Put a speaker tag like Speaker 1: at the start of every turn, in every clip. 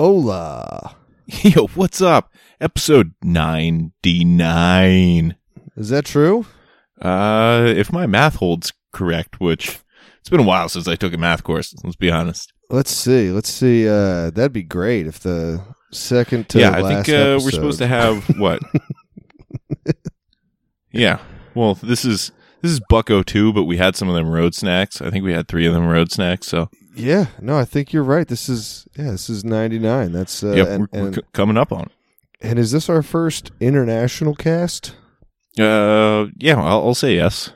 Speaker 1: Hola.
Speaker 2: Yo, what's up? Episode 99.
Speaker 1: Is that true?
Speaker 2: Uh, if my math holds correct, which it's been a while since I took a math course, let's be honest.
Speaker 1: Let's see. Let's see. Uh, that'd be great if the second to
Speaker 2: yeah, I
Speaker 1: last
Speaker 2: think uh,
Speaker 1: episode.
Speaker 2: we're supposed to have what? yeah. Well, this is this is Bucko 2, but we had some of them road snacks. I think we had 3 of them road snacks, so
Speaker 1: Yeah. No, I think you're right. This is yeah. This is 99. That's uh,
Speaker 2: yep,
Speaker 1: and,
Speaker 2: we're, we're
Speaker 1: and,
Speaker 2: c- coming up on.
Speaker 1: and is this our first international cast?
Speaker 2: it. Uh, yeah, I'll, I'll say yes.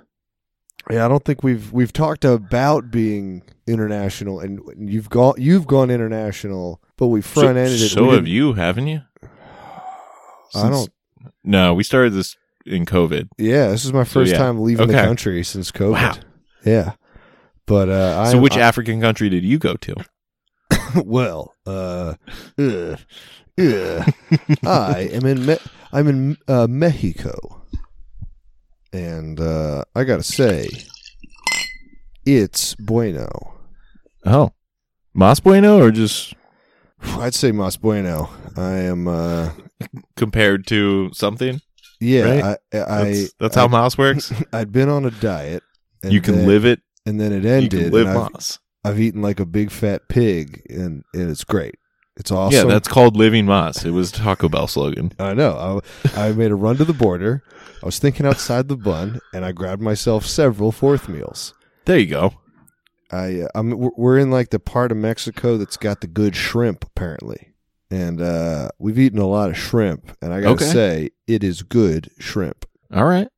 Speaker 1: Yeah, I don't think we've we've talked about being international, and you've gone you've gone international, but we
Speaker 2: So-
Speaker 1: front ended it.
Speaker 2: so
Speaker 1: We
Speaker 2: have
Speaker 1: didn't-
Speaker 2: you, haven't you?
Speaker 1: I don't.
Speaker 2: No, we started this in COVID.
Speaker 1: Yeah, this is my first
Speaker 2: yeah.
Speaker 1: time leaving the
Speaker 2: Okay.
Speaker 1: country since COVID.
Speaker 2: Wow.
Speaker 1: Yeah, but uh,
Speaker 2: so
Speaker 1: I'm-
Speaker 2: which
Speaker 1: I-
Speaker 2: African country did you go to?
Speaker 1: well, uh, uh, uh, I am in Me- I'm in uh, Mexico, and uh, I gotta say, it's bueno.
Speaker 2: Oh. Mas Bueno or just
Speaker 1: I'd say mas bueno. I am. Uh,
Speaker 2: compared to something?
Speaker 1: yeah,
Speaker 2: Right?
Speaker 1: I, I,
Speaker 2: That's, that's
Speaker 1: I,
Speaker 2: how Moss works.
Speaker 1: I'd been on a diet. And
Speaker 2: you can
Speaker 1: then-
Speaker 2: live it.
Speaker 1: and then it
Speaker 2: You
Speaker 1: ended.
Speaker 2: can live
Speaker 1: and I've,
Speaker 2: Moss.
Speaker 1: I've eaten like a big fat pig, and, and it's great. It's awesome.
Speaker 2: Yeah, that's called living Moss. It was Taco Bell slogan.
Speaker 1: I know. I, I made a run to the border. I was thinking outside the bun, and I grabbed myself several fourth meals.
Speaker 2: There you go.
Speaker 1: I, uh, I'm, we're- we're in like the part of Mexico that's got the good shrimp, apparently, and uh, we've eaten a lot of shrimp. And I gotta
Speaker 2: Okay.
Speaker 1: say, it is good shrimp.
Speaker 2: All right.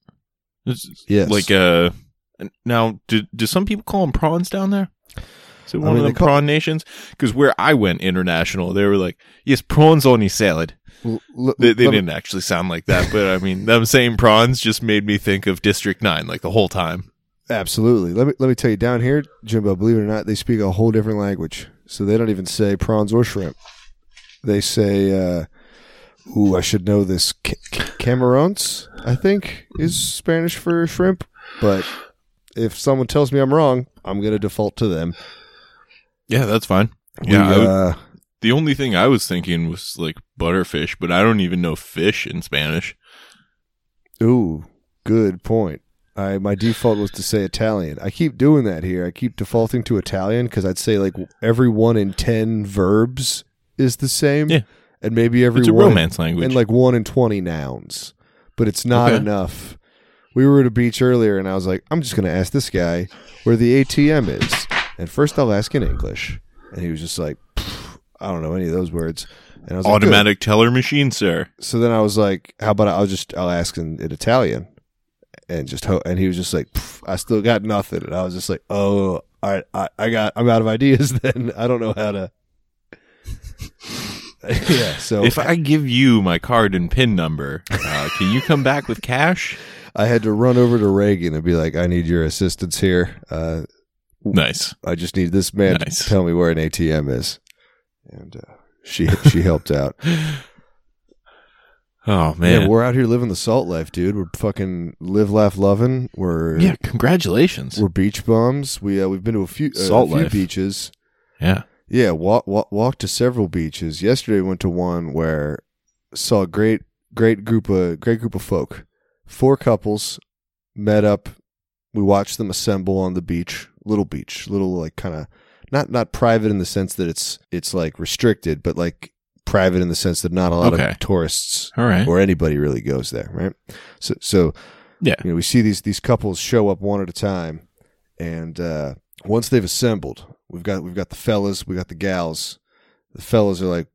Speaker 2: It's
Speaker 1: Yes,
Speaker 2: Like uh now do do some people call them prawns down there? Is it one
Speaker 1: mean,
Speaker 2: of
Speaker 1: they
Speaker 2: the
Speaker 1: call-
Speaker 2: prawn nations? Because where I went international, they were like, "Yes, prawns on your salad."
Speaker 1: L- l-
Speaker 2: They, they
Speaker 1: let me-
Speaker 2: didn't actually sound like that, but I mean, them saying prawns just made me think of District Nine like the whole time.
Speaker 1: Absolutely. Let me let me tell you, down here, Jimbo, believe it or not, they speak a whole different language. So they don't even say prawns or shrimp. They say, uh, "Ooh, I should know this." C- Camarons, I think, is Spanish for shrimp. But if someone tells me I'm wrong, I'm gonna default to them.
Speaker 2: Yeah, that's fine.
Speaker 1: We,
Speaker 2: Yeah, I would-
Speaker 1: uh,
Speaker 2: The only thing I was thinking was like butterfish, but I don't even know fish in Spanish.
Speaker 1: ooh, good point. I my default was to say Italian. I keep doing that here. I keep defaulting to Italian because I'd say like every one in ten verbs is the same.
Speaker 2: Yeah.
Speaker 1: And maybe every
Speaker 2: it's a
Speaker 1: one in-
Speaker 2: romance language.
Speaker 1: and like one in 20 nouns, but it's not
Speaker 2: Okay.
Speaker 1: enough. We were at a beach earlier, and I was like, I'm just going to ask this guy where the ATM is. And first, I'll ask in English. And he was just like, "Pff, I don't know any of those words. And I was like, "Good."
Speaker 2: Automatic teller machine, sir.
Speaker 1: so then I was like, how about I'll just, I'll ask in, in Italian. And just, ho- and he was just like, "Pff, I still got nothing. And I was just like, oh, all right, I, I got, I'm out of ideas then. I don't know how to. yeah. So
Speaker 2: If I give you my card and PIN number, uh, can you come back with cash?
Speaker 1: I had to run over to Reagan and be like, "I need your assistance here. Uh,
Speaker 2: Nice.
Speaker 1: I just need this man
Speaker 2: Nice.
Speaker 1: to tell me where an ATM is." And uh, she she helped out. Yeah,
Speaker 2: Oh man.
Speaker 1: we're out here living the salt life, dude. We're fucking live, laugh, loving. We're
Speaker 2: Yeah, congratulations.
Speaker 1: we're beach bums. We uh, we've been to a few uh,
Speaker 2: Salt
Speaker 1: a few
Speaker 2: life.
Speaker 1: beaches.
Speaker 2: Yeah.
Speaker 1: Yeah, walk, walk walked to several beaches. Yesterday went to one where saw a great great group of great group of folk. Four couples met up. We watched them assemble on the beach, little beach, little like kind of not not private in the sense that it's it's like restricted, but like private in the sense that not a lot
Speaker 2: Okay.
Speaker 1: of tourists
Speaker 2: All right.
Speaker 1: or anybody really goes there, right? So, so
Speaker 2: Yeah.
Speaker 1: you know, we see these these couples show up one at a time, and uh, once they've assembled, we've got we've got the fellas, we got the gals. The fellas are like,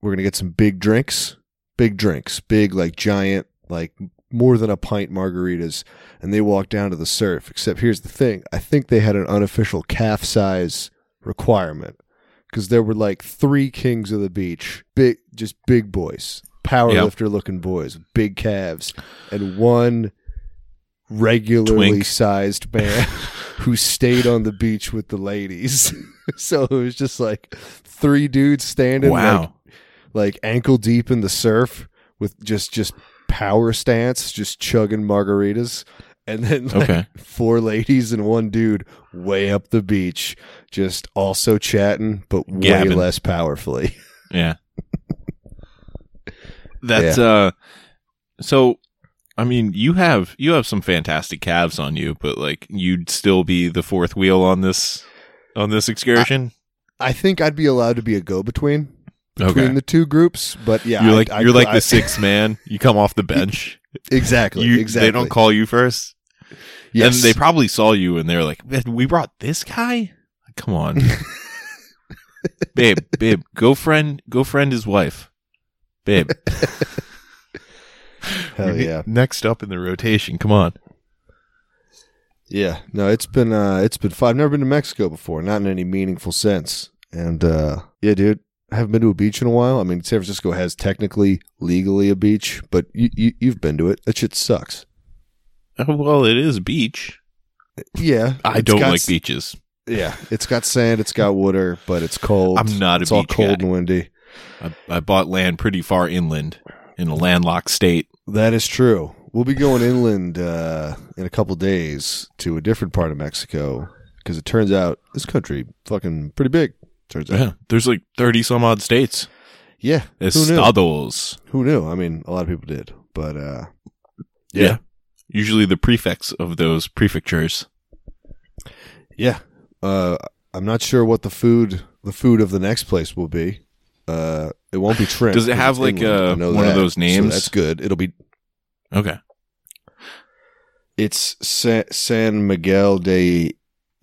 Speaker 1: we're gonna get some big drinks, big drinks, big like giant like more than a pint margaritas, and they walk down to the surf. Except here's the thing: I think they had an unofficial calf size requirement because there were like three kings of the beach, big, just big boys, power
Speaker 2: Yeah.
Speaker 1: lifter looking boys, with big calves, and one regularly
Speaker 2: Twink.
Speaker 1: sized man who stayed on the beach with the ladies. so it was just like three dudes standing, like,
Speaker 2: wow.
Speaker 1: like ankle deep in the surf with just just power stance, just chugging margaritas, and then like,
Speaker 2: Okay.
Speaker 1: four ladies and one dude way up the beach, just also chatting, but way
Speaker 2: Gabbing.
Speaker 1: less powerfully.
Speaker 2: Yeah. That's uh so I mean, you have you have some fantastic calves on you, but like you'd still be the fourth wheel on this on this excursion.
Speaker 1: I think I'd be allowed to be a go between between
Speaker 2: okay.
Speaker 1: the two groups, but yeah,
Speaker 2: you're
Speaker 1: I-
Speaker 2: like
Speaker 1: I-
Speaker 2: you're like
Speaker 1: I-
Speaker 2: the sixth man. You come off the bench.
Speaker 1: Exactly,
Speaker 2: you,
Speaker 1: exactly.
Speaker 2: They don't call you first.
Speaker 1: Yes.
Speaker 2: And they probably saw you and they're like, "Man, we brought this guy? Come on. babe, babe, go friend go friend his wife. Babe.
Speaker 1: Hell
Speaker 2: We need-
Speaker 1: yeah.
Speaker 2: Next up in the rotation. Come on.
Speaker 1: Yeah, no, it's been uh, it's been fun. I've never been to Mexico before, not in any meaningful sense. And uh, yeah, dude, I haven't been to a beach in a while. I mean, San Francisco has technically legally a beach, but you, you you've been to it. That shit sucks.
Speaker 2: Oh, well, it is beach.
Speaker 1: Yeah,
Speaker 2: I
Speaker 1: it's
Speaker 2: don't
Speaker 1: got
Speaker 2: like
Speaker 1: s-
Speaker 2: beaches.
Speaker 1: Yeah, it's got sand, it's got water, but it's cold.
Speaker 2: I'm not a
Speaker 1: it's all
Speaker 2: beach
Speaker 1: cold
Speaker 2: guy.
Speaker 1: and windy.
Speaker 2: I, I bought land pretty far inland in a landlocked state.
Speaker 1: That is true. We'll be going inland uh, in a couple days to a different part of Mexico because it turns out this country fucking pretty big. Turns out,
Speaker 2: Yeah, there's like 30 some odd states.
Speaker 1: yeah. Who knew?
Speaker 2: Estados.
Speaker 1: Who knew? I mean, a lot of people did, but uh,
Speaker 2: Yeah. Usually the prefects of those prefectures.
Speaker 1: yeah. Uh, I'm not sure what the food the food of the next place will be. Uh, it won't be shrimp.
Speaker 2: Does it
Speaker 1: 'cause
Speaker 2: have,
Speaker 1: it's
Speaker 2: like,
Speaker 1: inland.
Speaker 2: uh,
Speaker 1: I know
Speaker 2: one of those
Speaker 1: so
Speaker 2: names?
Speaker 1: that's good. It'll be
Speaker 2: Okay.
Speaker 1: it's San, San Miguel de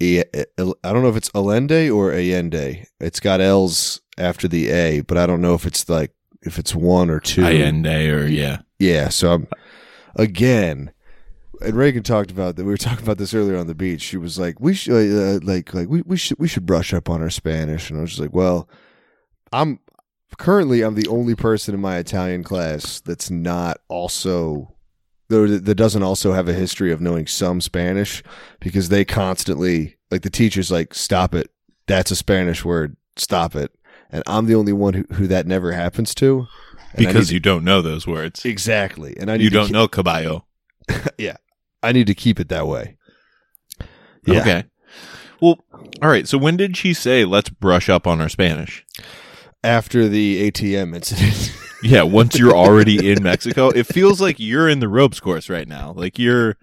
Speaker 1: I I don't know if it's Allende or Allende. It's got L's after the A, but I don't know if it's like if it's one or two.
Speaker 2: Allende or, yeah.
Speaker 1: Yeah, so I'm again. And Reagan talked about that. We were talking about this earlier on the beach. She was like, "We should, uh, like, like we, we should we should brush up on our Spanish." And I was just like, "Well, I'm currently I'm the only person in my Italian class that's not also though that that doesn't also have a history of knowing some Spanish because they constantly like the teachers like stop it. That's a Spanish word. Stop it." And I'm the only one who, who that never happens to. And I
Speaker 2: Because
Speaker 1: need-
Speaker 2: you don't know those words.
Speaker 1: exactly, and I need
Speaker 2: You
Speaker 1: to
Speaker 2: don't
Speaker 1: ke-
Speaker 2: know caballo.
Speaker 1: I need to keep it that way. Yeah.
Speaker 2: Okay. Well, all right. So when did she say, let's brush up on our Spanish?
Speaker 1: After the ATM incident.
Speaker 2: Yeah, once you're already in Mexico, it feels like you're in the ropes course right now. Like you're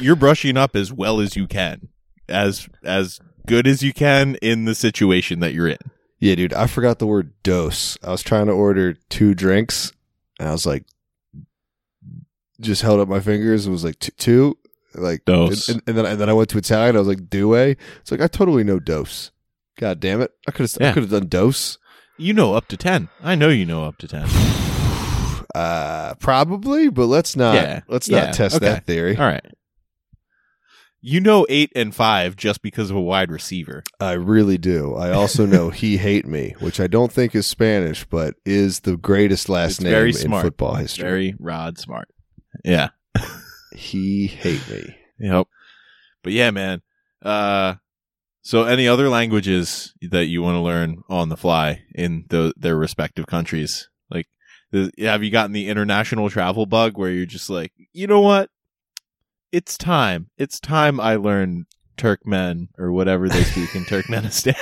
Speaker 2: you're brushing up as well as you can, as as good as you can in the situation that you're in.
Speaker 1: yeah, dude, I forgot the word dose. I was trying to order two drinks and I was like just held up my fingers and was like "T- two like
Speaker 2: Dos.
Speaker 1: And, and then and then I went to Italian. I was like due. It's like I totally know dose. God damn it! I could have I
Speaker 2: Yeah.
Speaker 1: could have done dose.
Speaker 2: You know up to 10. I know you know up to 10.
Speaker 1: Uh, probably, but let's not
Speaker 2: Yeah.
Speaker 1: let's
Speaker 2: Yeah.
Speaker 1: not test
Speaker 2: Okay.
Speaker 1: that theory.
Speaker 2: All right. You know 8 and 5 just because of a wide receiver.
Speaker 1: I really do. I also know he hate me, which I don't think is Spanish, but is the greatest last
Speaker 2: It's
Speaker 1: name
Speaker 2: very
Speaker 1: in
Speaker 2: smart.
Speaker 1: football history.
Speaker 2: Very Rod Smart. Yeah.
Speaker 1: He hate me.
Speaker 2: Yep. But yeah, man. Uh, so any other languages that you want to learn on the fly in the, their respective countries? Like, th- have you gotten the international travel bug where you're just like, you know what? It's time. It's time I learn Turkmen or whatever they speak in Turkmenistan.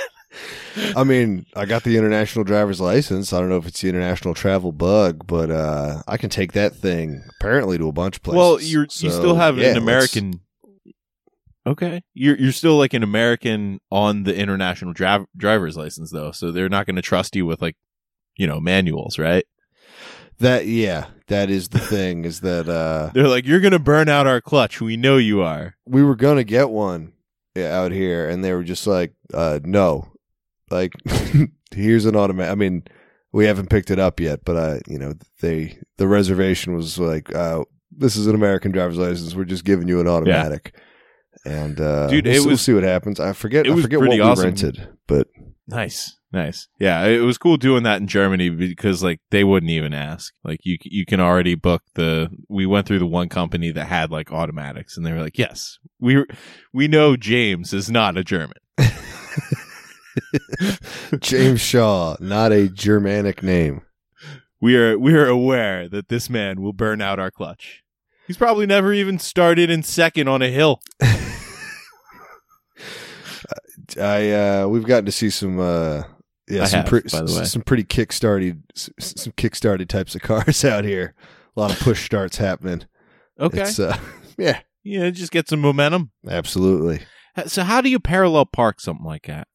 Speaker 1: I mean, I got the international driver's license. I don't know if it's the international travel bug, but uh, I can take that thing apparently to a bunch of places.
Speaker 2: well, you're you
Speaker 1: So,
Speaker 2: still have
Speaker 1: yeah,
Speaker 2: an
Speaker 1: let's-
Speaker 2: American. Okay, you're you're still like an American on the international driv- driver's license though, so they're not going to trust you with like, you know, manuals, right?
Speaker 1: That yeah, that is the thing. Is that uh,
Speaker 2: They're like, you're going to burn out our clutch. We know you are.
Speaker 1: we were gonna get one out here, and they were just like, uh, "No, like here's an automatic." I mean, we haven't picked it up yet, but I, you know, they the reservation was like, uh, "This is an American driver's license. We're just giving you an automatic." And uh,
Speaker 2: Dude,
Speaker 1: we'll,
Speaker 2: it
Speaker 1: see- we'll
Speaker 2: was-
Speaker 1: see what happens. I forget.
Speaker 2: it
Speaker 1: I
Speaker 2: was
Speaker 1: forget what
Speaker 2: pretty
Speaker 1: we
Speaker 2: awesome.
Speaker 1: rented, but
Speaker 2: Nice, nice. Yeah, it was cool doing that in Germany because like they wouldn't even ask. Like you you can already book the. We went through the one company that had like automatics, and they were like, yes, we we know James is not a German.
Speaker 1: James Shaw, not a Germanic name.
Speaker 2: We are we are aware that this man will burn out our clutch. He's probably never even started in second on a hill.
Speaker 1: I uh, we've gotten to see some uh, yeah
Speaker 2: I
Speaker 1: some
Speaker 2: have,
Speaker 1: pre-
Speaker 2: by the
Speaker 1: s-
Speaker 2: way.
Speaker 1: some pretty kickstarted s- s- some kickstarted types of cars out here. A lot of push starts happening.
Speaker 2: Okay.
Speaker 1: It's, uh, yeah,
Speaker 2: yeah, just get some momentum.
Speaker 1: absolutely.
Speaker 2: H- So how do you parallel park something like that?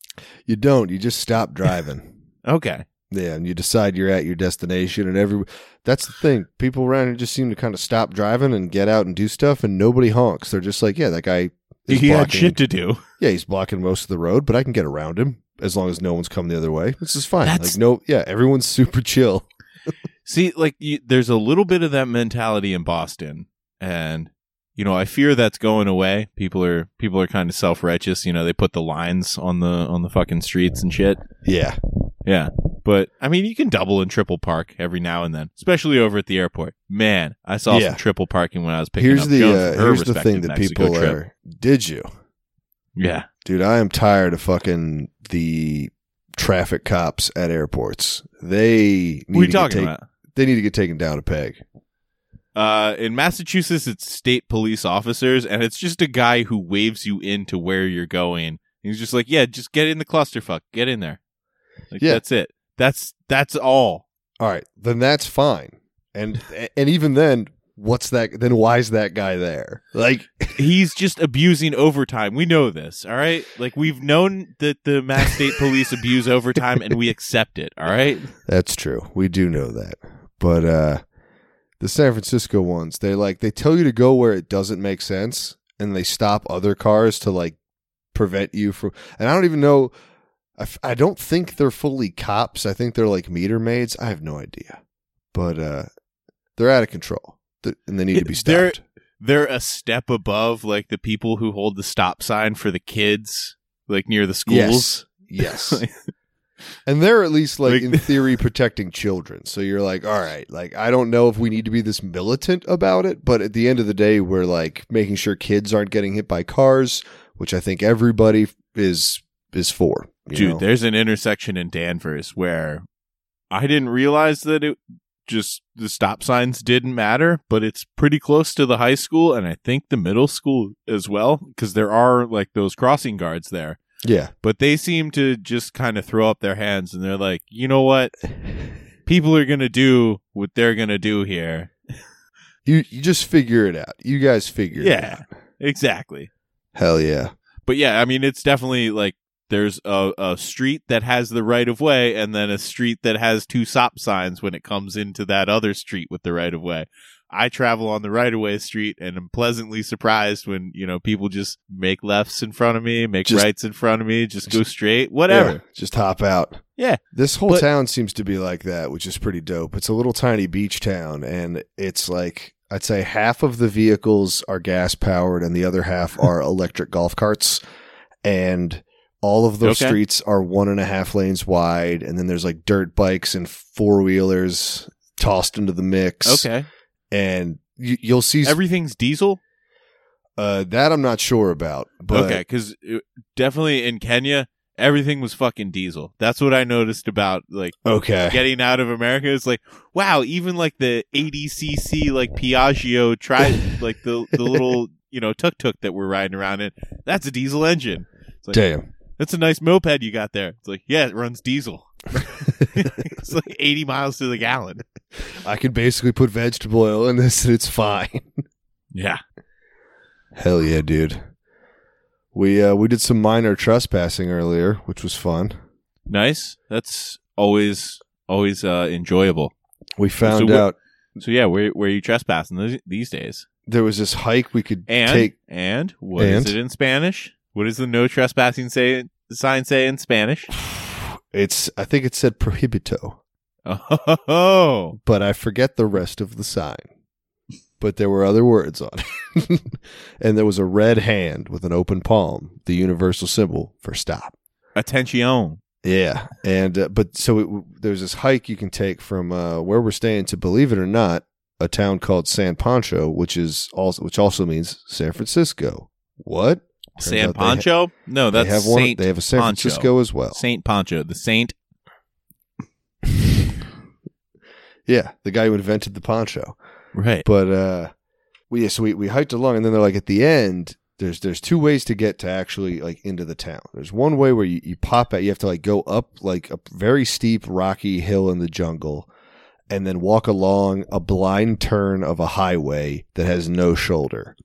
Speaker 1: You don't. You just stop driving.
Speaker 2: Okay.
Speaker 1: yeah, and you decide you're at your destination, and every that's the thing. People around here just seem to kind of stop driving and get out and do stuff, and nobody honks. They're just like, yeah, that guy. Is
Speaker 2: he had
Speaker 1: blocking.
Speaker 2: shit to do.
Speaker 1: Yeah, he's blocking most of the road, but I can get around him as long as no one's come the other way. This is fine.
Speaker 2: That's-
Speaker 1: Like no, yeah, everyone's super chill.
Speaker 2: See, like you, there's a little bit of that mentality in Boston, and you know I fear that's going away. People are people are kind of self righteous. You know, they put the lines on the on the fucking streets and shit.
Speaker 1: Yeah,
Speaker 2: Yeah, but I mean, you can double and triple park every now and then, especially over at the airport. Man, I saw
Speaker 1: Yeah.
Speaker 2: some triple parking when I was picking
Speaker 1: here's
Speaker 2: up.
Speaker 1: the uh,
Speaker 2: Joan from her
Speaker 1: here's the
Speaker 2: respective
Speaker 1: thing that
Speaker 2: Mexico
Speaker 1: people uh,
Speaker 2: trip.
Speaker 1: are. Did you,
Speaker 2: Yeah,
Speaker 1: dude? I am tired of fucking the traffic cops at airports. They need
Speaker 2: what
Speaker 1: to
Speaker 2: are you
Speaker 1: get
Speaker 2: talking
Speaker 1: take-
Speaker 2: about?
Speaker 1: They need to get taken down a peg.
Speaker 2: Uh, in Massachusetts, it's state police officers, and it's just a guy who waves you in to where you're going. He's just like, "Yeah, just get in the clusterfuck, get in there." Like,
Speaker 1: Yeah.
Speaker 2: that's it. That's that's all.
Speaker 1: All right, then that's fine. And and even then, what's that? Then why's that guy there? Like,
Speaker 2: He's just abusing overtime. We know this, all right. Like we've known that the Mass State Police abuse overtime, and we accept it. All right.
Speaker 1: That's true. We do know that. But uh the San Francisco ones, they like they tell you to go where it doesn't make sense and they stop other cars to like prevent you from and I don't even know I, f- I don't think they're fully cops. I think they're like meter maids. I have no idea. But uh they're out of control. Th- and they need to be
Speaker 2: They're-
Speaker 1: stopped.
Speaker 2: They're a step above, like the people who hold the stop sign for the kids, like near the schools.
Speaker 1: Yes. and they're at least like,
Speaker 2: Like-
Speaker 1: in theory protecting children. So you're like, all right, like I don't know if we need to be this militant about it, but at the end of the day, we're like making sure kids aren't getting hit by cars, which I think everybody is is for. you
Speaker 2: Dude,
Speaker 1: know?
Speaker 2: there's an intersection in Danvers where I didn't realize that it just the stop signs didn't matter, but it's pretty close to the high school and I think the middle school as well because there are like those crossing guards there.
Speaker 1: yeah,
Speaker 2: But they seem to just kind of throw up their hands and they're like, "You know what? People are going to do what they're going to do here."
Speaker 1: you you just figure it out. You guys figure
Speaker 2: Yeah.
Speaker 1: it out.
Speaker 2: Exactly.
Speaker 1: Hell yeah,
Speaker 2: But yeah, I mean, it's definitely like there's a, a street that has the right of way and then a street that has two stop signs when it comes into that other street with the right of way. I travel on the right of way street and am pleasantly surprised when, you know, people just make lefts in front of me, make
Speaker 1: Just-
Speaker 2: rights in front of me, just go straight, whatever.
Speaker 1: Yeah, just hop out.
Speaker 2: Yeah.
Speaker 1: This whole
Speaker 2: But-
Speaker 1: town seems to be like that, which is pretty dope. It's a little tiny beach town, and it's like I'd say half of the vehicles are gas powered, and the other half are electric golf carts. And all of those
Speaker 2: Okay.
Speaker 1: streets are one and a half lanes wide, and then there's like dirt bikes and four wheelers tossed into the mix.
Speaker 2: Okay.
Speaker 1: and you, you'll see
Speaker 2: Everything's diesel?
Speaker 1: uh, that I'm not sure about, but
Speaker 2: okay, because definitely in Kenya, everything was fucking diesel. That's what I noticed about like
Speaker 1: okay.
Speaker 2: getting out of America. It's like, wow, even like the ADCC, like Piaggio, tri like the the little you know tuk tuk that we're riding around in. That's a diesel engine. like-
Speaker 1: Damn.
Speaker 2: That's a nice moped you got there. It's like, yeah, it runs diesel. it's like eighty miles to the gallon.
Speaker 1: I could basically put vegetable oil in this and it's fine.
Speaker 2: Yeah,
Speaker 1: Hell yeah, dude. We uh, we did some minor trespassing earlier, which was fun.
Speaker 2: nice. That's always always uh, enjoyable.
Speaker 1: We found
Speaker 2: So wh-
Speaker 1: out
Speaker 2: So yeah, where where are you trespassing these, these days?
Speaker 1: there was this hike we could
Speaker 2: And
Speaker 1: take.
Speaker 2: and what is
Speaker 1: And?
Speaker 2: it in Spanish? What does the no trespassing say sign say in Spanish?
Speaker 1: It's I think it said prohibito,
Speaker 2: Oh,
Speaker 1: but I forget the rest of the sign. But there were other words on it, and there was a red hand with an open palm, the universal symbol for stop.
Speaker 2: Attention.
Speaker 1: Yeah, and uh, but so it, there's this hike you can take from uh, where we're staying to, believe it or not, a town called San Pancho, which is also which also means San Francisco. What? Turns out
Speaker 2: San
Speaker 1: they
Speaker 2: Pancho? no,
Speaker 1: They
Speaker 2: Oh, that's
Speaker 1: have one.
Speaker 2: Saint
Speaker 1: they have a San
Speaker 2: Pancho.
Speaker 1: Francisco as well.
Speaker 2: Saint Pancho, the Saint.
Speaker 1: Yeah, the guy who invented the poncho.
Speaker 2: Right.
Speaker 1: But uh, we yeah, so we, we hiked along, and then they're like at the end. There's there's two ways to get to actually like into the town. There's one way where you, you pop out. You have to like go up like a very steep rocky hill in the jungle, and then walk along a blind turn of a highway that has no shoulder.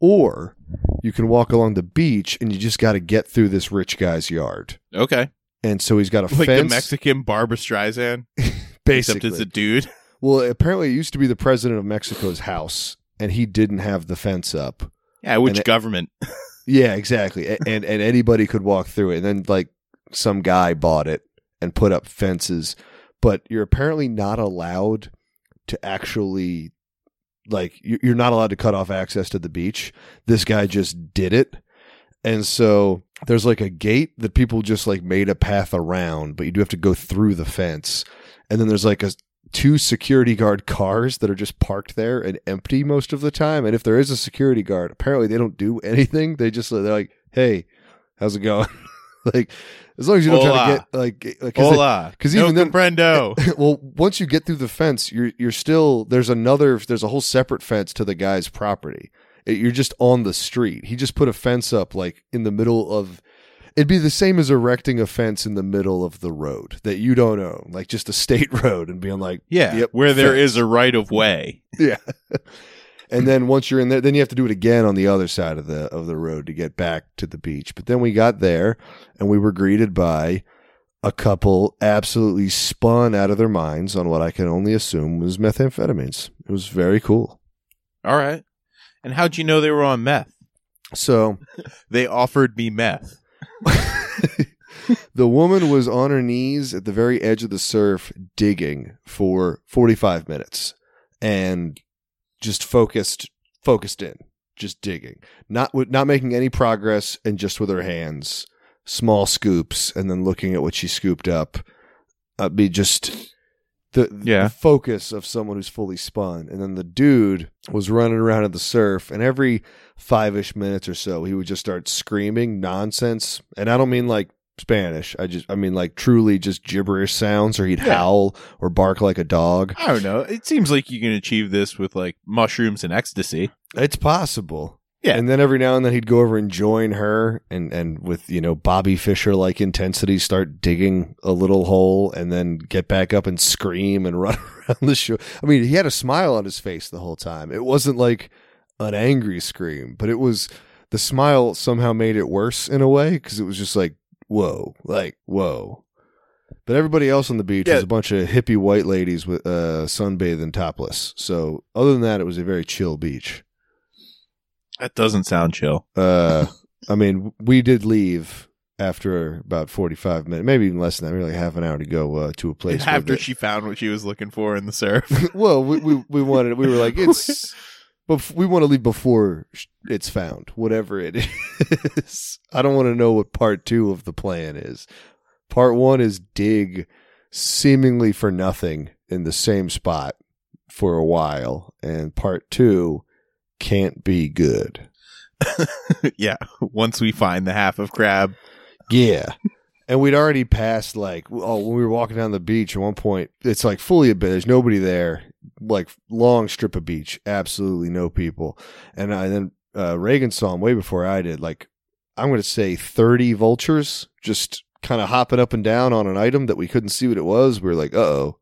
Speaker 1: Or you can walk along the beach, and you just got to get through this rich guy's yard.
Speaker 2: Okay.
Speaker 1: And so he's got a
Speaker 2: Like the
Speaker 1: fence,
Speaker 2: Mexican Barbara Streisand, except
Speaker 1: basically.
Speaker 2: it's a dude.
Speaker 1: Well, apparently it used to be the president of Mexico's house, and he didn't have the fence up.
Speaker 2: Yeah, which
Speaker 1: And it-
Speaker 2: government?
Speaker 1: Yeah, exactly. A- And and anybody could walk through it. And then like some guy bought it and put up fences, but you're apparently not allowed to actually like you- you're not allowed to cut off access to the beach. This guy just did it. And so there's like a gate that people just like made a path around, but you do have to go through the fence. And then there's like a two security guard cars that are just parked there and empty most of the time. And if there is a security guard, apparently they don't do anything. They just they're like, "Hey, how's it going?" like as long as you don't try to
Speaker 2: Hola.
Speaker 1: get like eh, like 'cause they-
Speaker 2: Hola.
Speaker 1: 'cause
Speaker 2: no
Speaker 1: even then-
Speaker 2: comprendo.
Speaker 1: well, once you get through the fence, you're you're still there's another there's a whole separate fence to the guy's property. It- You're just on the street. He just put a fence up like in the middle of it'd be the same as erecting a fence in the middle of the road that you don't own, like just a state road and being like,
Speaker 2: yeah,
Speaker 1: Yep.
Speaker 2: where there is a right of way.
Speaker 1: yeah. and then once you're in there, then you have to do it again on the other side of the of the road to get back to the beach. But then we got there and we were greeted by a couple absolutely spun out of their minds on what I can only assume was methamphetamines. It was very cool.
Speaker 2: All right. And how'd you know they were on meth?
Speaker 1: So
Speaker 2: They offered me meth.
Speaker 1: the woman was on her knees at the very edge of the surf digging for 45 minutes and just focused focused in just digging not with not making any progress and just with her hands small scoops and then looking at what she scooped up uh, be just the,
Speaker 2: Yeah.
Speaker 1: the focus of someone who's fully spun and then the dude was running around in the surf and every five-ish minutes or so he would just start screaming nonsense and i don't mean like spanish i just i mean like truly just gibberish sounds or he'd
Speaker 2: Yeah.
Speaker 1: howl or bark like a dog
Speaker 2: I don't know. It seems like you can achieve this with like mushrooms and ecstasy.
Speaker 1: It's possible.
Speaker 2: Yeah.
Speaker 1: And then every now and then he'd go over and join her and, and with, you know, Bobby Fisher like intensity start digging a little hole and then get back up and scream and run around the show. I mean, he had a smile on his face the whole time. It wasn't like an angry scream, but it was the smile somehow made it worse in a way because it was just like, whoa, like, whoa. But everybody else on the beach
Speaker 2: Yeah.
Speaker 1: was a bunch of hippie white ladies with uh, sunbathed and topless. So other than that, it was a very chill beach.
Speaker 2: That doesn't sound chill.
Speaker 1: Uh, I mean, we did leave after about forty-five minutes, maybe even less than that, maybe like half an hour to go uh, to a place. where
Speaker 2: After
Speaker 1: the-
Speaker 2: she found what she was looking for in the surf.
Speaker 1: well, we, we we wanted, we were like, it's, but we want to leave before sh- it's found, whatever it is. I don't want to know what part two of the plan is. Part one is dig, seemingly for nothing in the same spot for a while, and part two can't be good.
Speaker 2: yeah. Once we find the half of crab.
Speaker 1: Yeah. And we'd already passed like oh when we were walking down the beach at one point it's like fully a bit there's nobody there like long strip of beach absolutely no people and, I, then uh, Reagan saw him way before I did like I'm going to say 30 vultures just kind of hopping up and down on an item that we couldn't see what it was we were like uh oh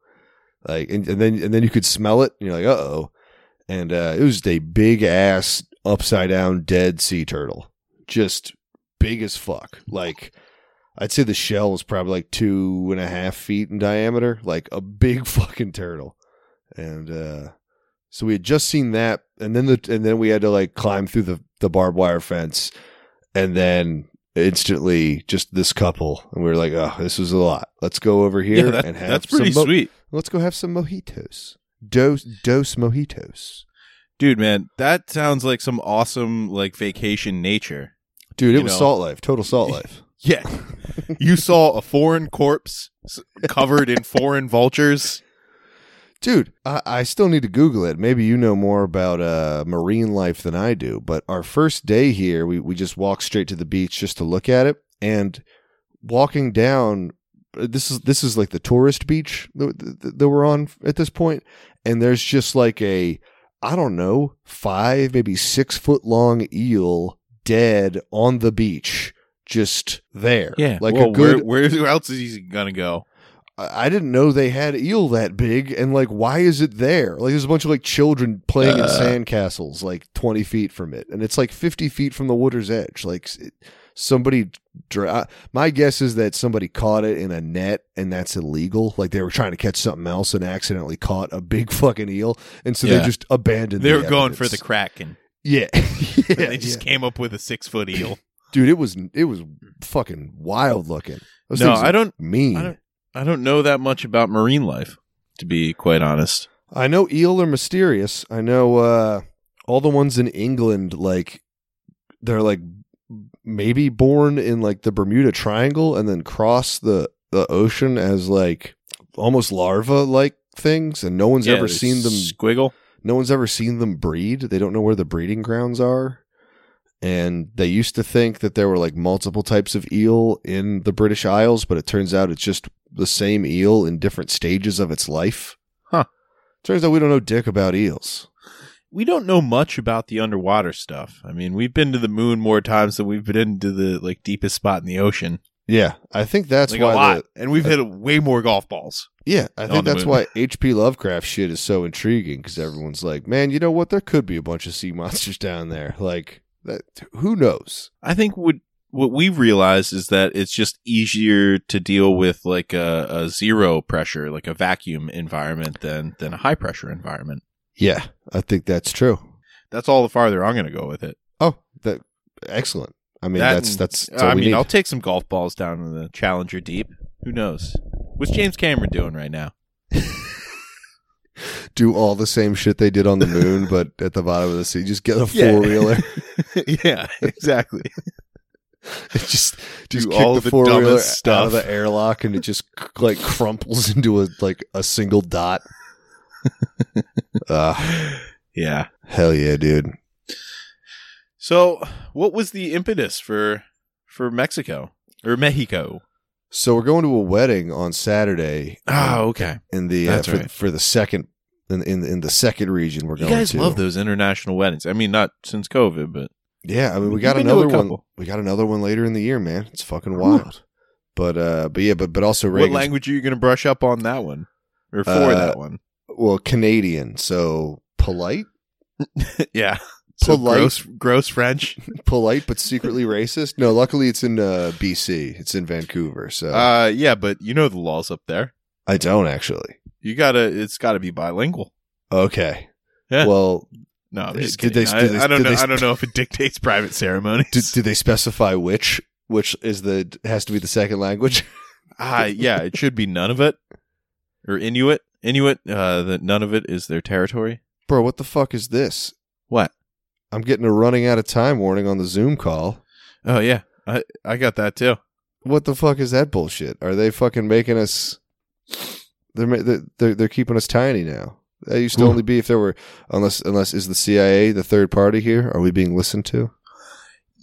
Speaker 1: like and, and then and then you could smell it and you're like uh oh and uh, it was just a big ass upside down dead sea turtle just big as fuck like I'd say the shell was probably like two and a half feet in diameter, like a big fucking turtle. And uh, so we had just seen that, and then the and then we had to like climb through the the barbed wire fence, and then instantly just this couple, and we were like, oh, this was a lot. Let's go over here
Speaker 2: yeah, that-
Speaker 1: and have
Speaker 2: that's pretty
Speaker 1: some mo-
Speaker 2: sweet.
Speaker 1: Let's go have some mojitos. Dos dos mojitos.
Speaker 2: Dude, man, that sounds like some awesome like vacation nature.
Speaker 1: Dude, it
Speaker 2: You
Speaker 1: was
Speaker 2: know.
Speaker 1: salt life, total salt life.
Speaker 2: Yeah. you saw a foreign corpse s- covered in foreign vultures.
Speaker 1: Dude, I, I still need to Google it. Maybe you know more about uh, marine life than I do. But our first day here, we, we just walked straight to the beach just to look at it. And walking down, this is this is like the tourist beach that, that, that we're on at this point, and there's just like a I don't know five maybe six foot long eel dead on the beach, just there.
Speaker 2: Yeah,
Speaker 1: like
Speaker 2: well,
Speaker 1: a good
Speaker 2: Where, where else is he gonna go?
Speaker 1: I I didn't know they had eel that big, and like, why is it there? Like, there's a bunch of like children playing in
Speaker 2: Uh.
Speaker 1: sandcastles, like 20 feet from it, and it's like 50 feet from the water's edge. Like, s- it, somebody, dra- I- my guess is that somebody caught it in a net, and that's illegal. Like, they were trying to catch something else and accidentally caught a big fucking eel, and so
Speaker 2: Yeah.
Speaker 1: they just abandoned.
Speaker 2: They
Speaker 1: the
Speaker 2: were going for the
Speaker 1: evidence.
Speaker 2: Kraken.
Speaker 1: yeah, yeah,
Speaker 2: they just
Speaker 1: yeah.
Speaker 2: came up with a six foot eel.
Speaker 1: dude. It was it was fucking wild looking. Those
Speaker 2: no,
Speaker 1: things
Speaker 2: I
Speaker 1: are
Speaker 2: don't.
Speaker 1: mean.
Speaker 2: I don't. I don't know that much about marine life, to be quite honest.
Speaker 1: I know eel are mysterious. I know uh, all the ones in England, like they're like maybe born in like the Bermuda Triangle and then cross the the ocean as like almost larva like things, and no one's
Speaker 2: Yeah,
Speaker 1: ever
Speaker 2: they
Speaker 1: seen them.
Speaker 2: squiggle?
Speaker 1: No one's ever seen them breed. They don't know where the breeding grounds are. And they used to think that there were like multiple types of eel in the British Isles, but it turns out it's just the same eel in different stages of its life.
Speaker 2: Huh.
Speaker 1: Turns out we don't know dick about eels.
Speaker 2: We don't know much about the underwater stuff. I mean, we've been to the moon more times than we've been to the like deepest spot in the ocean.
Speaker 1: Yeah, I think that's
Speaker 2: like
Speaker 1: why.
Speaker 2: a
Speaker 1: The,
Speaker 2: lot, and we've hit way more golf balls.
Speaker 1: yeah, I think
Speaker 2: the
Speaker 1: that's
Speaker 2: moon.
Speaker 1: why H.P. Lovecraft shit is so intriguing because everyone's like, man, you know what? There could be a bunch of sea monsters down there. Like, that, who knows?
Speaker 2: I think what what we've realized is that it's just easier to deal with like a, a zero pressure, like a vacuum environment, than than a high pressure environment.
Speaker 1: Yeah, I think that's true.
Speaker 2: That's all the farther I'm going to go with it.
Speaker 1: Oh, that excellent. I mean,
Speaker 2: That
Speaker 1: that's
Speaker 2: and- uh,
Speaker 1: that's. that's all
Speaker 2: I
Speaker 1: we
Speaker 2: mean,
Speaker 1: need.
Speaker 2: I'll take some golf balls down in the Challenger Deep. Who knows? What's James Cameron doing right now?
Speaker 1: do all the same shit they did on the moon, but at the bottom of the sea, just get a
Speaker 2: Yeah.
Speaker 1: four wheeler.
Speaker 2: yeah, exactly.
Speaker 1: just just
Speaker 2: Do
Speaker 1: kick
Speaker 2: all
Speaker 1: the
Speaker 2: the
Speaker 1: four wheeler
Speaker 2: dumbest
Speaker 1: out of
Speaker 2: stuff.
Speaker 1: the airlock, and it just c- like crumples into a like a single dot. uh,
Speaker 2: yeah.
Speaker 1: hell yeah, dude!
Speaker 2: So, what was the impetus for for Mexico or Mexico?
Speaker 1: So we're going to a wedding on Saturday.
Speaker 2: Oh, okay.
Speaker 1: in the uh,
Speaker 2: that's
Speaker 1: for,
Speaker 2: right.
Speaker 1: for the second in, in in the second region we're
Speaker 2: You
Speaker 1: going.
Speaker 2: guys
Speaker 1: to.
Speaker 2: love those international weddings. I mean, not since COVID, but
Speaker 1: Yeah, I mean, we
Speaker 2: We've
Speaker 1: got
Speaker 2: been to a
Speaker 1: another one.
Speaker 2: couple.
Speaker 1: We got another one later in the year, man. It's fucking wild. But uh, but yeah, but but also Reagan's
Speaker 2: what language are you going to brush up on that one or for
Speaker 1: Uh,
Speaker 2: that one?
Speaker 1: well Canadian, so polite,
Speaker 2: yeah,
Speaker 1: polite.
Speaker 2: gross, gross French.
Speaker 1: polite but secretly racist. No, luckily it's in uh, BC. It's in Vancouver, so
Speaker 2: Uh, yeah, but you know the laws up there.
Speaker 1: I don't actually.
Speaker 2: You gotta, it's gotta be bilingual.
Speaker 1: Okay.
Speaker 2: Yeah.
Speaker 1: Well,
Speaker 2: No, I'm just
Speaker 1: Uh, Did
Speaker 2: kidding.
Speaker 1: they-
Speaker 2: I,
Speaker 1: did they-
Speaker 2: I don't
Speaker 1: did
Speaker 2: know.
Speaker 1: they-
Speaker 2: I don't know if it dictates private ceremonies.
Speaker 1: do, do they specify which which is the has to be the second language?
Speaker 2: Ah, yeah, it should be none of it or Inuit. Inuit, uh, that none of it is their territory.
Speaker 1: Bro, what the fuck is this?
Speaker 2: What?
Speaker 1: I'm getting a running out of time warning on the Zoom call.
Speaker 2: Oh yeah, I I got that too.
Speaker 1: What the fuck is that bullshit? Are they fucking making us? They're ma- they're they're, they're keeping us tiny now. That used to
Speaker 2: Ooh.
Speaker 1: only be if there were unless unless is the CIA the third party here? Are we being listened to?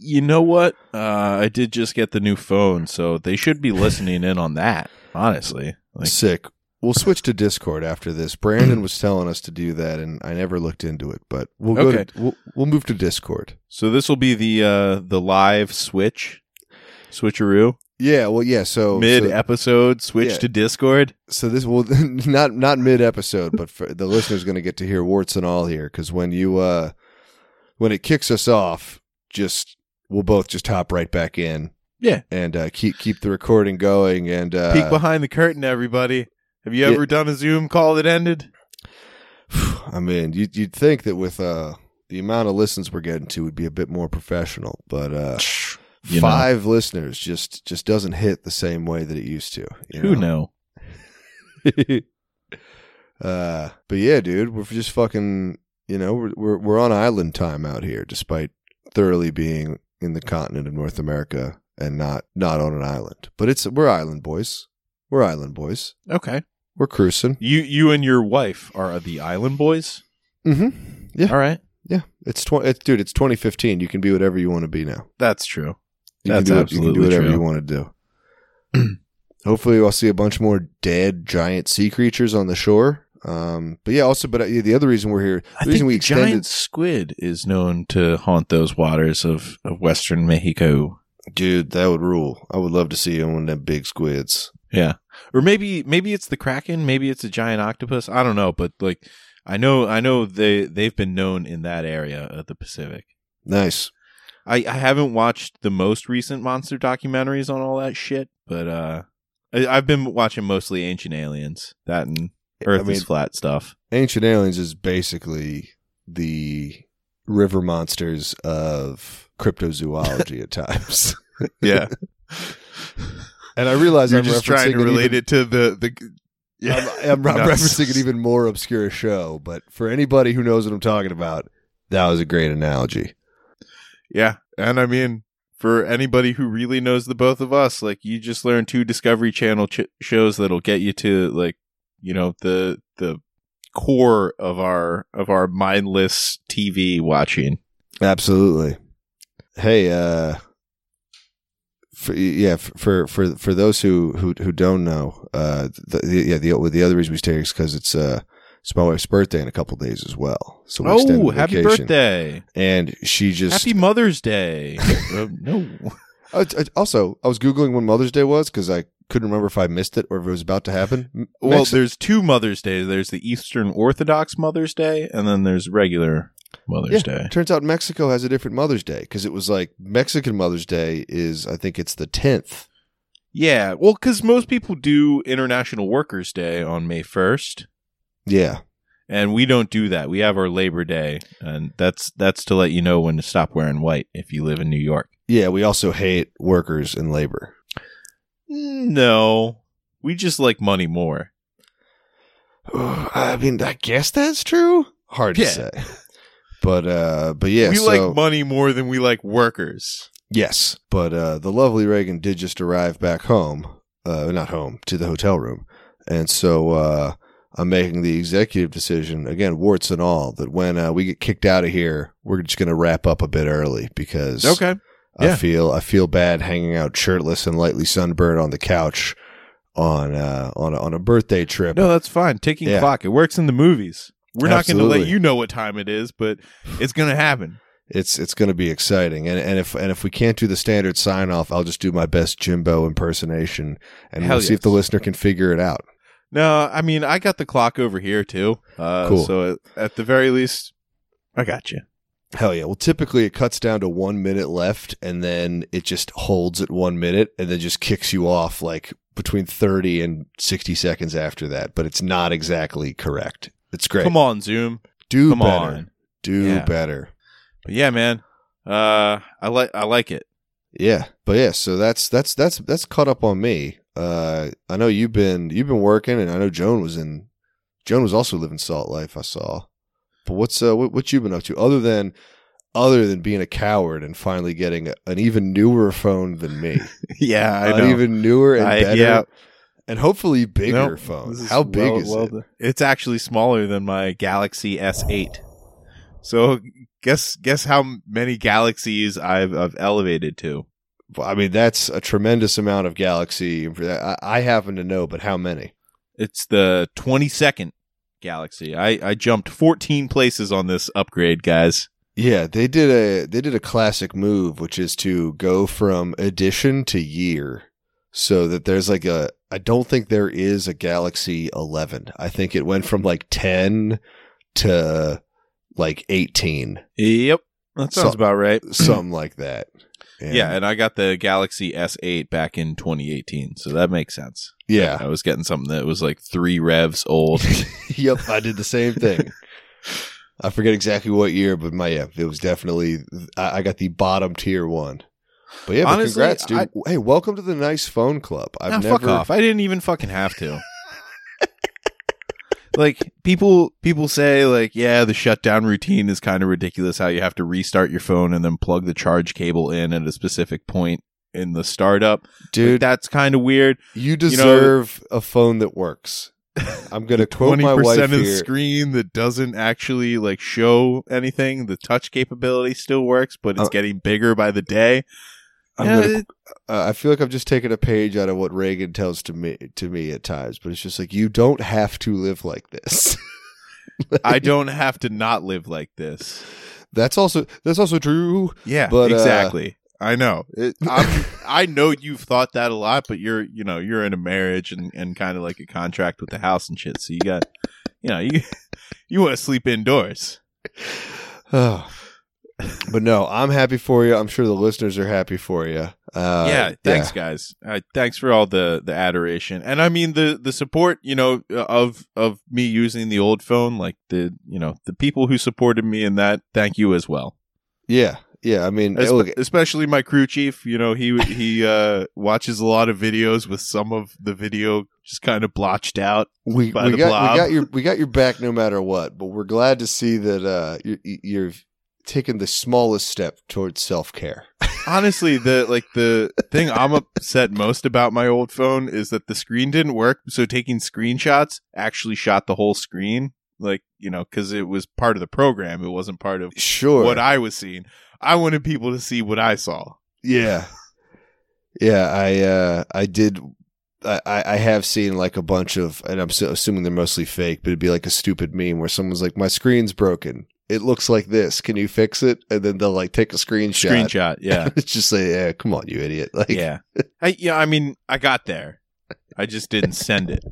Speaker 2: You know what? Uh, I did just get the new phone, so they should be listening in on that. Honestly, like,
Speaker 1: Sick. We'll switch to Discord after this. Brandon was telling us to do that, and I never looked into it. But we'll go.
Speaker 2: Okay.
Speaker 1: To, we'll, we'll move to Discord.
Speaker 2: so this will be the uh the live switch, switcheroo
Speaker 1: Yeah. Well. Yeah. Oh, So
Speaker 2: mid
Speaker 1: So,
Speaker 2: episode switch
Speaker 1: Yeah.
Speaker 2: to Discord.
Speaker 1: so this will not not mid episode, but for, the listener's going to get to hear warts and all here because when you uh when it kicks us off, just we'll both just hop right back in.
Speaker 2: Yeah.
Speaker 1: And uh, keep keep the recording going and uh,
Speaker 2: Peek behind the curtain, everybody. Have you
Speaker 1: yeah.
Speaker 2: ever done a Zoom call that ended?
Speaker 1: I mean, you'd, you'd think that with uh, the amount of listens we're getting to, would be a bit more professional, but uh,
Speaker 2: You know.
Speaker 1: five listeners just just doesn't hit the same way that it used to. you
Speaker 2: Who know?
Speaker 1: uh, but yeah, dude, we're just fucking. You know, we're, we're we're on island time out here, despite thoroughly being in the continent of North America and not not on an island. But it's we're island boys. We're island boys.
Speaker 2: Okay.
Speaker 1: We're cruising.
Speaker 2: You you and your wife are the Island Boys.
Speaker 1: Mm-hmm. Yeah,
Speaker 2: All right,
Speaker 1: yeah. It's twenty, it's, dude. It's 2015. You can be whatever you want to be now.
Speaker 2: that's true.
Speaker 1: You
Speaker 2: That's
Speaker 1: can do, what- You
Speaker 2: absolutely
Speaker 1: can do whatever
Speaker 2: true.
Speaker 1: you want to do. Hopefully, I'll see a bunch more dead giant sea creatures on the shore. Um, but yeah, also, but uh, yeah, the other reason we're here,
Speaker 2: I
Speaker 1: the reason
Speaker 2: think
Speaker 1: we
Speaker 2: the
Speaker 1: extended,
Speaker 2: giant squid is known to haunt those waters of, of western Mexico.
Speaker 1: dude, that would rule. I would love to see one of them big squids.
Speaker 2: Yeah, or maybe maybe it's the kraken, maybe it's a giant octopus. I don't know, but like I know I know they they've been known in that area of the Pacific.
Speaker 1: Nice.
Speaker 2: I, I haven't watched the most recent monster documentaries on all that shit, but uh, I, I've been watching mostly Ancient Aliens, that and Earth
Speaker 1: I mean,
Speaker 2: is Flat stuff.
Speaker 1: Ancient Aliens is basically the river monsters of cryptozoology at times.
Speaker 2: Yeah,
Speaker 1: And I realize
Speaker 2: you're
Speaker 1: I'm
Speaker 2: just
Speaker 1: referencing
Speaker 2: trying to
Speaker 1: an even-
Speaker 2: relate it to the the.
Speaker 1: I'm, I'm, I'm
Speaker 2: No.
Speaker 1: referencing an even more obscure show, but for anybody who knows what I'm talking about, that was a great analogy.
Speaker 2: Yeah. And I mean, for anybody who really knows the both of us, like you just learned two Discovery Channel ch- shows that'll get you to like, you know, the the core of our of our mindless TV watching.
Speaker 1: Absolutely. Hey, uh, for, yeah, for for for those who who, who don't know, uh, the, the, yeah, the the other reason we stay is because it's uh it's my wife's birthday in a couple days as well. So we extended
Speaker 2: Oh,
Speaker 1: the
Speaker 2: happy
Speaker 1: vacation.
Speaker 2: birthday.
Speaker 1: And she just
Speaker 2: Happy Mother's Day. Uh, no.
Speaker 1: Uh, t- also, I was googling when Mother's Day was because I couldn't remember if I missed it or if it was about to happen. M-
Speaker 2: Well,
Speaker 1: Mex-
Speaker 2: there's two Mother's Days. There's the Eastern Orthodox Mother's Day and then there's regular Mother's Day.
Speaker 1: Turns out Mexico has a different Mother's Day because it was like Mexican Mother's Day is I think it's the tenth.
Speaker 2: Yeah. Well, cuz most people do International Workers' Day on May 1st.
Speaker 1: Yeah,
Speaker 2: and we don't do that. We have our Labor Day, and that's that's to let you know when to stop wearing white if you live in New York.
Speaker 1: yeah. We also hate workers and labor.
Speaker 2: No, we just like money more.
Speaker 1: I mean, I guess that's true. Hard
Speaker 2: Yeah.
Speaker 1: to say, but uh, but yeah,
Speaker 2: we
Speaker 1: so-
Speaker 2: like money more than we like workers.
Speaker 1: Yes, but uh, the lovely Reagan did just arrive back home, uh, not home to the hotel room, and so uh, I'm making the executive decision again, warts and all, that when uh, we get kicked out of here, we're just going to wrap up a bit early because
Speaker 2: Okay,
Speaker 1: I
Speaker 2: yeah.
Speaker 1: feel I feel bad hanging out shirtless and lightly sunburned on the couch on uh, on a, on a birthday trip.
Speaker 2: no, that's fine. Ticking
Speaker 1: Yeah.
Speaker 2: clock. It works in the movies. We're not going to let
Speaker 1: Absolutely.
Speaker 2: you know what time it is, but it's going to happen.
Speaker 1: It's it's going to be exciting, and and if and if we can't do the standard sign off, I'll just do my best Jimbo impersonation, and
Speaker 2: Hell
Speaker 1: we'll see if
Speaker 2: yes.
Speaker 1: the listener can figure it out.
Speaker 2: No, I mean I got the clock over here too. Uh,
Speaker 1: Cool.
Speaker 2: So at the very least, I got you.
Speaker 1: Hell yeah. Well, typically it cuts down to one minute left and then it just holds at one minute and then just kicks you off like between 30 and 60 seconds after that. But it's not exactly correct. It's great.
Speaker 2: Come on, Zoom.
Speaker 1: Do
Speaker 2: Come
Speaker 1: better.
Speaker 2: on.
Speaker 1: Do
Speaker 2: Yeah.
Speaker 1: better.
Speaker 2: But yeah, man. Uh, I like I like it.
Speaker 1: Yeah. But yeah, so that's, that's, that's, that's caught up on me. Uh, I know you've been, you've been working and I know Joan was in, Joan was also living Salt Life, I saw. But what's, uh, what, what you been up to other than, other than being a coward and finally getting an even newer phone than me?
Speaker 2: yeah, I
Speaker 1: an
Speaker 2: know.
Speaker 1: even newer and
Speaker 2: I-
Speaker 1: better,
Speaker 2: yeah.
Speaker 1: and hopefully bigger
Speaker 2: Nope.
Speaker 1: phone.
Speaker 2: This is
Speaker 1: Oh, How big
Speaker 2: well-
Speaker 1: is
Speaker 2: well
Speaker 1: it?
Speaker 2: th- It's actually smaller than my Galaxy S8. So guess guess how many galaxies I've, I've elevated to.
Speaker 1: I mean, that's a tremendous amount of Galaxy. I, I happen to know, but how many?
Speaker 2: It's the 22nd Galaxy. I, I jumped 14 places on this upgrade, guys.
Speaker 1: Yeah, they did a they did a classic move, which is to go from edition to year, so that there's like a. I don't think there is a Galaxy 11. I think it went from like 10 to like 18,
Speaker 2: Yep. That sounds
Speaker 1: So-
Speaker 2: about right.
Speaker 1: something like that. And-
Speaker 2: Hmm. yeah, and I got the Galaxy S8 back in 2018, so that makes sense.
Speaker 1: yeah.
Speaker 2: I was getting something that was like three revs old.
Speaker 1: yep, I did the same thing. I forget exactly what year, but my yeah, it was definitely I, I got the bottom tier one. But yeah, but
Speaker 2: Honestly,
Speaker 1: congrats, dude. hey, welcome to the nice phone club. I've
Speaker 2: Nah,
Speaker 1: never
Speaker 2: fuck off. I didn't even fucking have to. like people people say like yeah the shutdown routine is kind of ridiculous how you have to restart your phone and then plug the charge cable in at a specific point in the startup Like,
Speaker 1: dude.
Speaker 2: that's kind of weird
Speaker 1: you deserve a phone that works. I'm gonna quote
Speaker 2: Twenty
Speaker 1: my wife
Speaker 2: percent of the
Speaker 1: here.
Speaker 2: screen that doesn't actually like show anything. The touch capability still works, but it's
Speaker 1: Uh,
Speaker 2: getting bigger by the day.
Speaker 1: I'm
Speaker 2: Yeah,
Speaker 1: gonna-
Speaker 2: it-
Speaker 1: uh, I feel like I'm just taking a page out of what Reagan tells to me to me at times, but it's just like you don't have to live like this.
Speaker 2: I don't have to not live like this.
Speaker 1: that's also that's also true.
Speaker 2: Yeah,
Speaker 1: But, uh,
Speaker 2: exactly. I know. It, I'm,
Speaker 1: I'm-
Speaker 2: I know you've thought that a lot, but you're you know you're in a marriage and, and kind of like a contract with the house and shit. So you got you know you you want to sleep indoors.
Speaker 1: Oh. but no, I'm happy for you. I'm sure the listeners are happy for you. Uh,
Speaker 2: yeah, thanks guys. Uh, thanks for all the the adoration and I mean the the support. You know of of me using the old phone, like the you know the people who supported me in that. Thank you as well.
Speaker 1: Yeah, yeah. I mean,
Speaker 2: Espe-
Speaker 1: look,
Speaker 2: especially my crew chief. You know, he he uh, watches a lot of videos with some of the video just kind of blotched out.
Speaker 1: we, we got
Speaker 2: by the
Speaker 1: we
Speaker 2: blob.
Speaker 1: got your we got your back no matter what. But we're glad to see that uh, you're, you're taking the smallest step towards self care.
Speaker 2: Honestly, the like the thing I'm upset most about my old phone is that the screen didn't work. So taking screenshots actually shot the whole screen. Like you know, because it was part of the program. It wasn't part of
Speaker 1: Sure.
Speaker 2: what I was seeing. I wanted people to see what I saw.
Speaker 1: yeah, yeah. I uh, I did. I, I I have seen like a bunch of, and I'm so assuming they're mostly fake, but it'd be like a stupid meme where someone's like, "My screen's broken. It looks like this. Can you fix it?" And then they'll like take a screenshot.
Speaker 2: Screenshot, yeah.
Speaker 1: it's just like, yeah, come on, you idiot. Like,
Speaker 2: yeah. I yeah, I mean, I got there. I just didn't send it.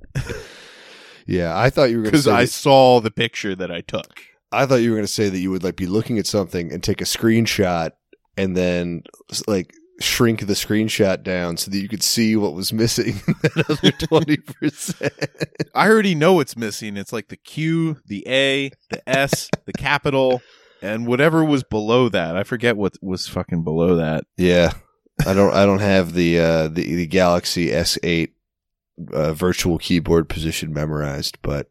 Speaker 1: yeah, I thought you were going to
Speaker 2: because
Speaker 1: say.
Speaker 2: I
Speaker 1: that-
Speaker 2: saw the picture that I took.
Speaker 1: I, thought you were going to say that you would like be looking at something and take a screenshot and then s- like shrink the screenshot down so that you could see what was missing in that other twenty percent.
Speaker 2: I already know what's missing. It's like the Q, the A, the S, the capital, and whatever was below that. I forget what was fucking below that.
Speaker 1: Yeah, I don't. I don't have the uh, the the Galaxy S eight uh, virtual keyboard position memorized, but.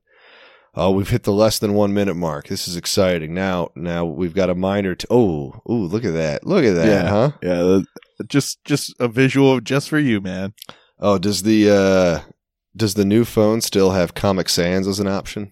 Speaker 1: Oh, we've hit the less than one minute mark. This is exciting. Now, now we've got a minor. T- oh, ooh, look at that! Look at that,
Speaker 2: Yeah.
Speaker 1: huh?
Speaker 2: Yeah, that- just just a visual of- just for you, man.
Speaker 1: Oh, does the uh does the new phone still have Comic Sans as an option?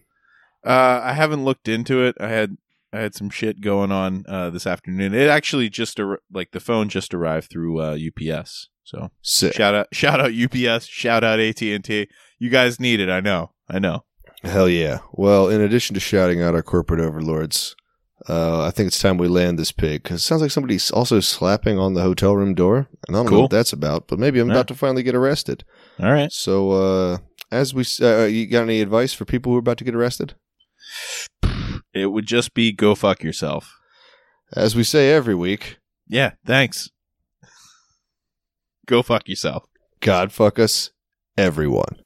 Speaker 2: Uh, I haven't looked into it. I had I had some shit going on uh, this afternoon. It actually just ar- like the phone just arrived through uh, UPS. So
Speaker 1: Sick.
Speaker 2: shout out shout out UPS. Shout out AT and T. You guys need it. I know. I know.
Speaker 1: Hell yeah. Well, in addition to shouting out our corporate overlords, uh, I think it's time we land this pig because it sounds like somebody's also slapping on the hotel room door, and I don't know
Speaker 2: Cool.
Speaker 1: what that's about. But maybe I'm
Speaker 2: Yeah.
Speaker 1: about to finally get arrested.
Speaker 2: All right.
Speaker 1: So, uh, as we, s- uh, you got any advice for people who are about to get arrested?
Speaker 2: It would just be go fuck yourself.
Speaker 1: As we say every week,
Speaker 2: Yeah, thanks. go fuck yourself.
Speaker 1: God fuck us, everyone.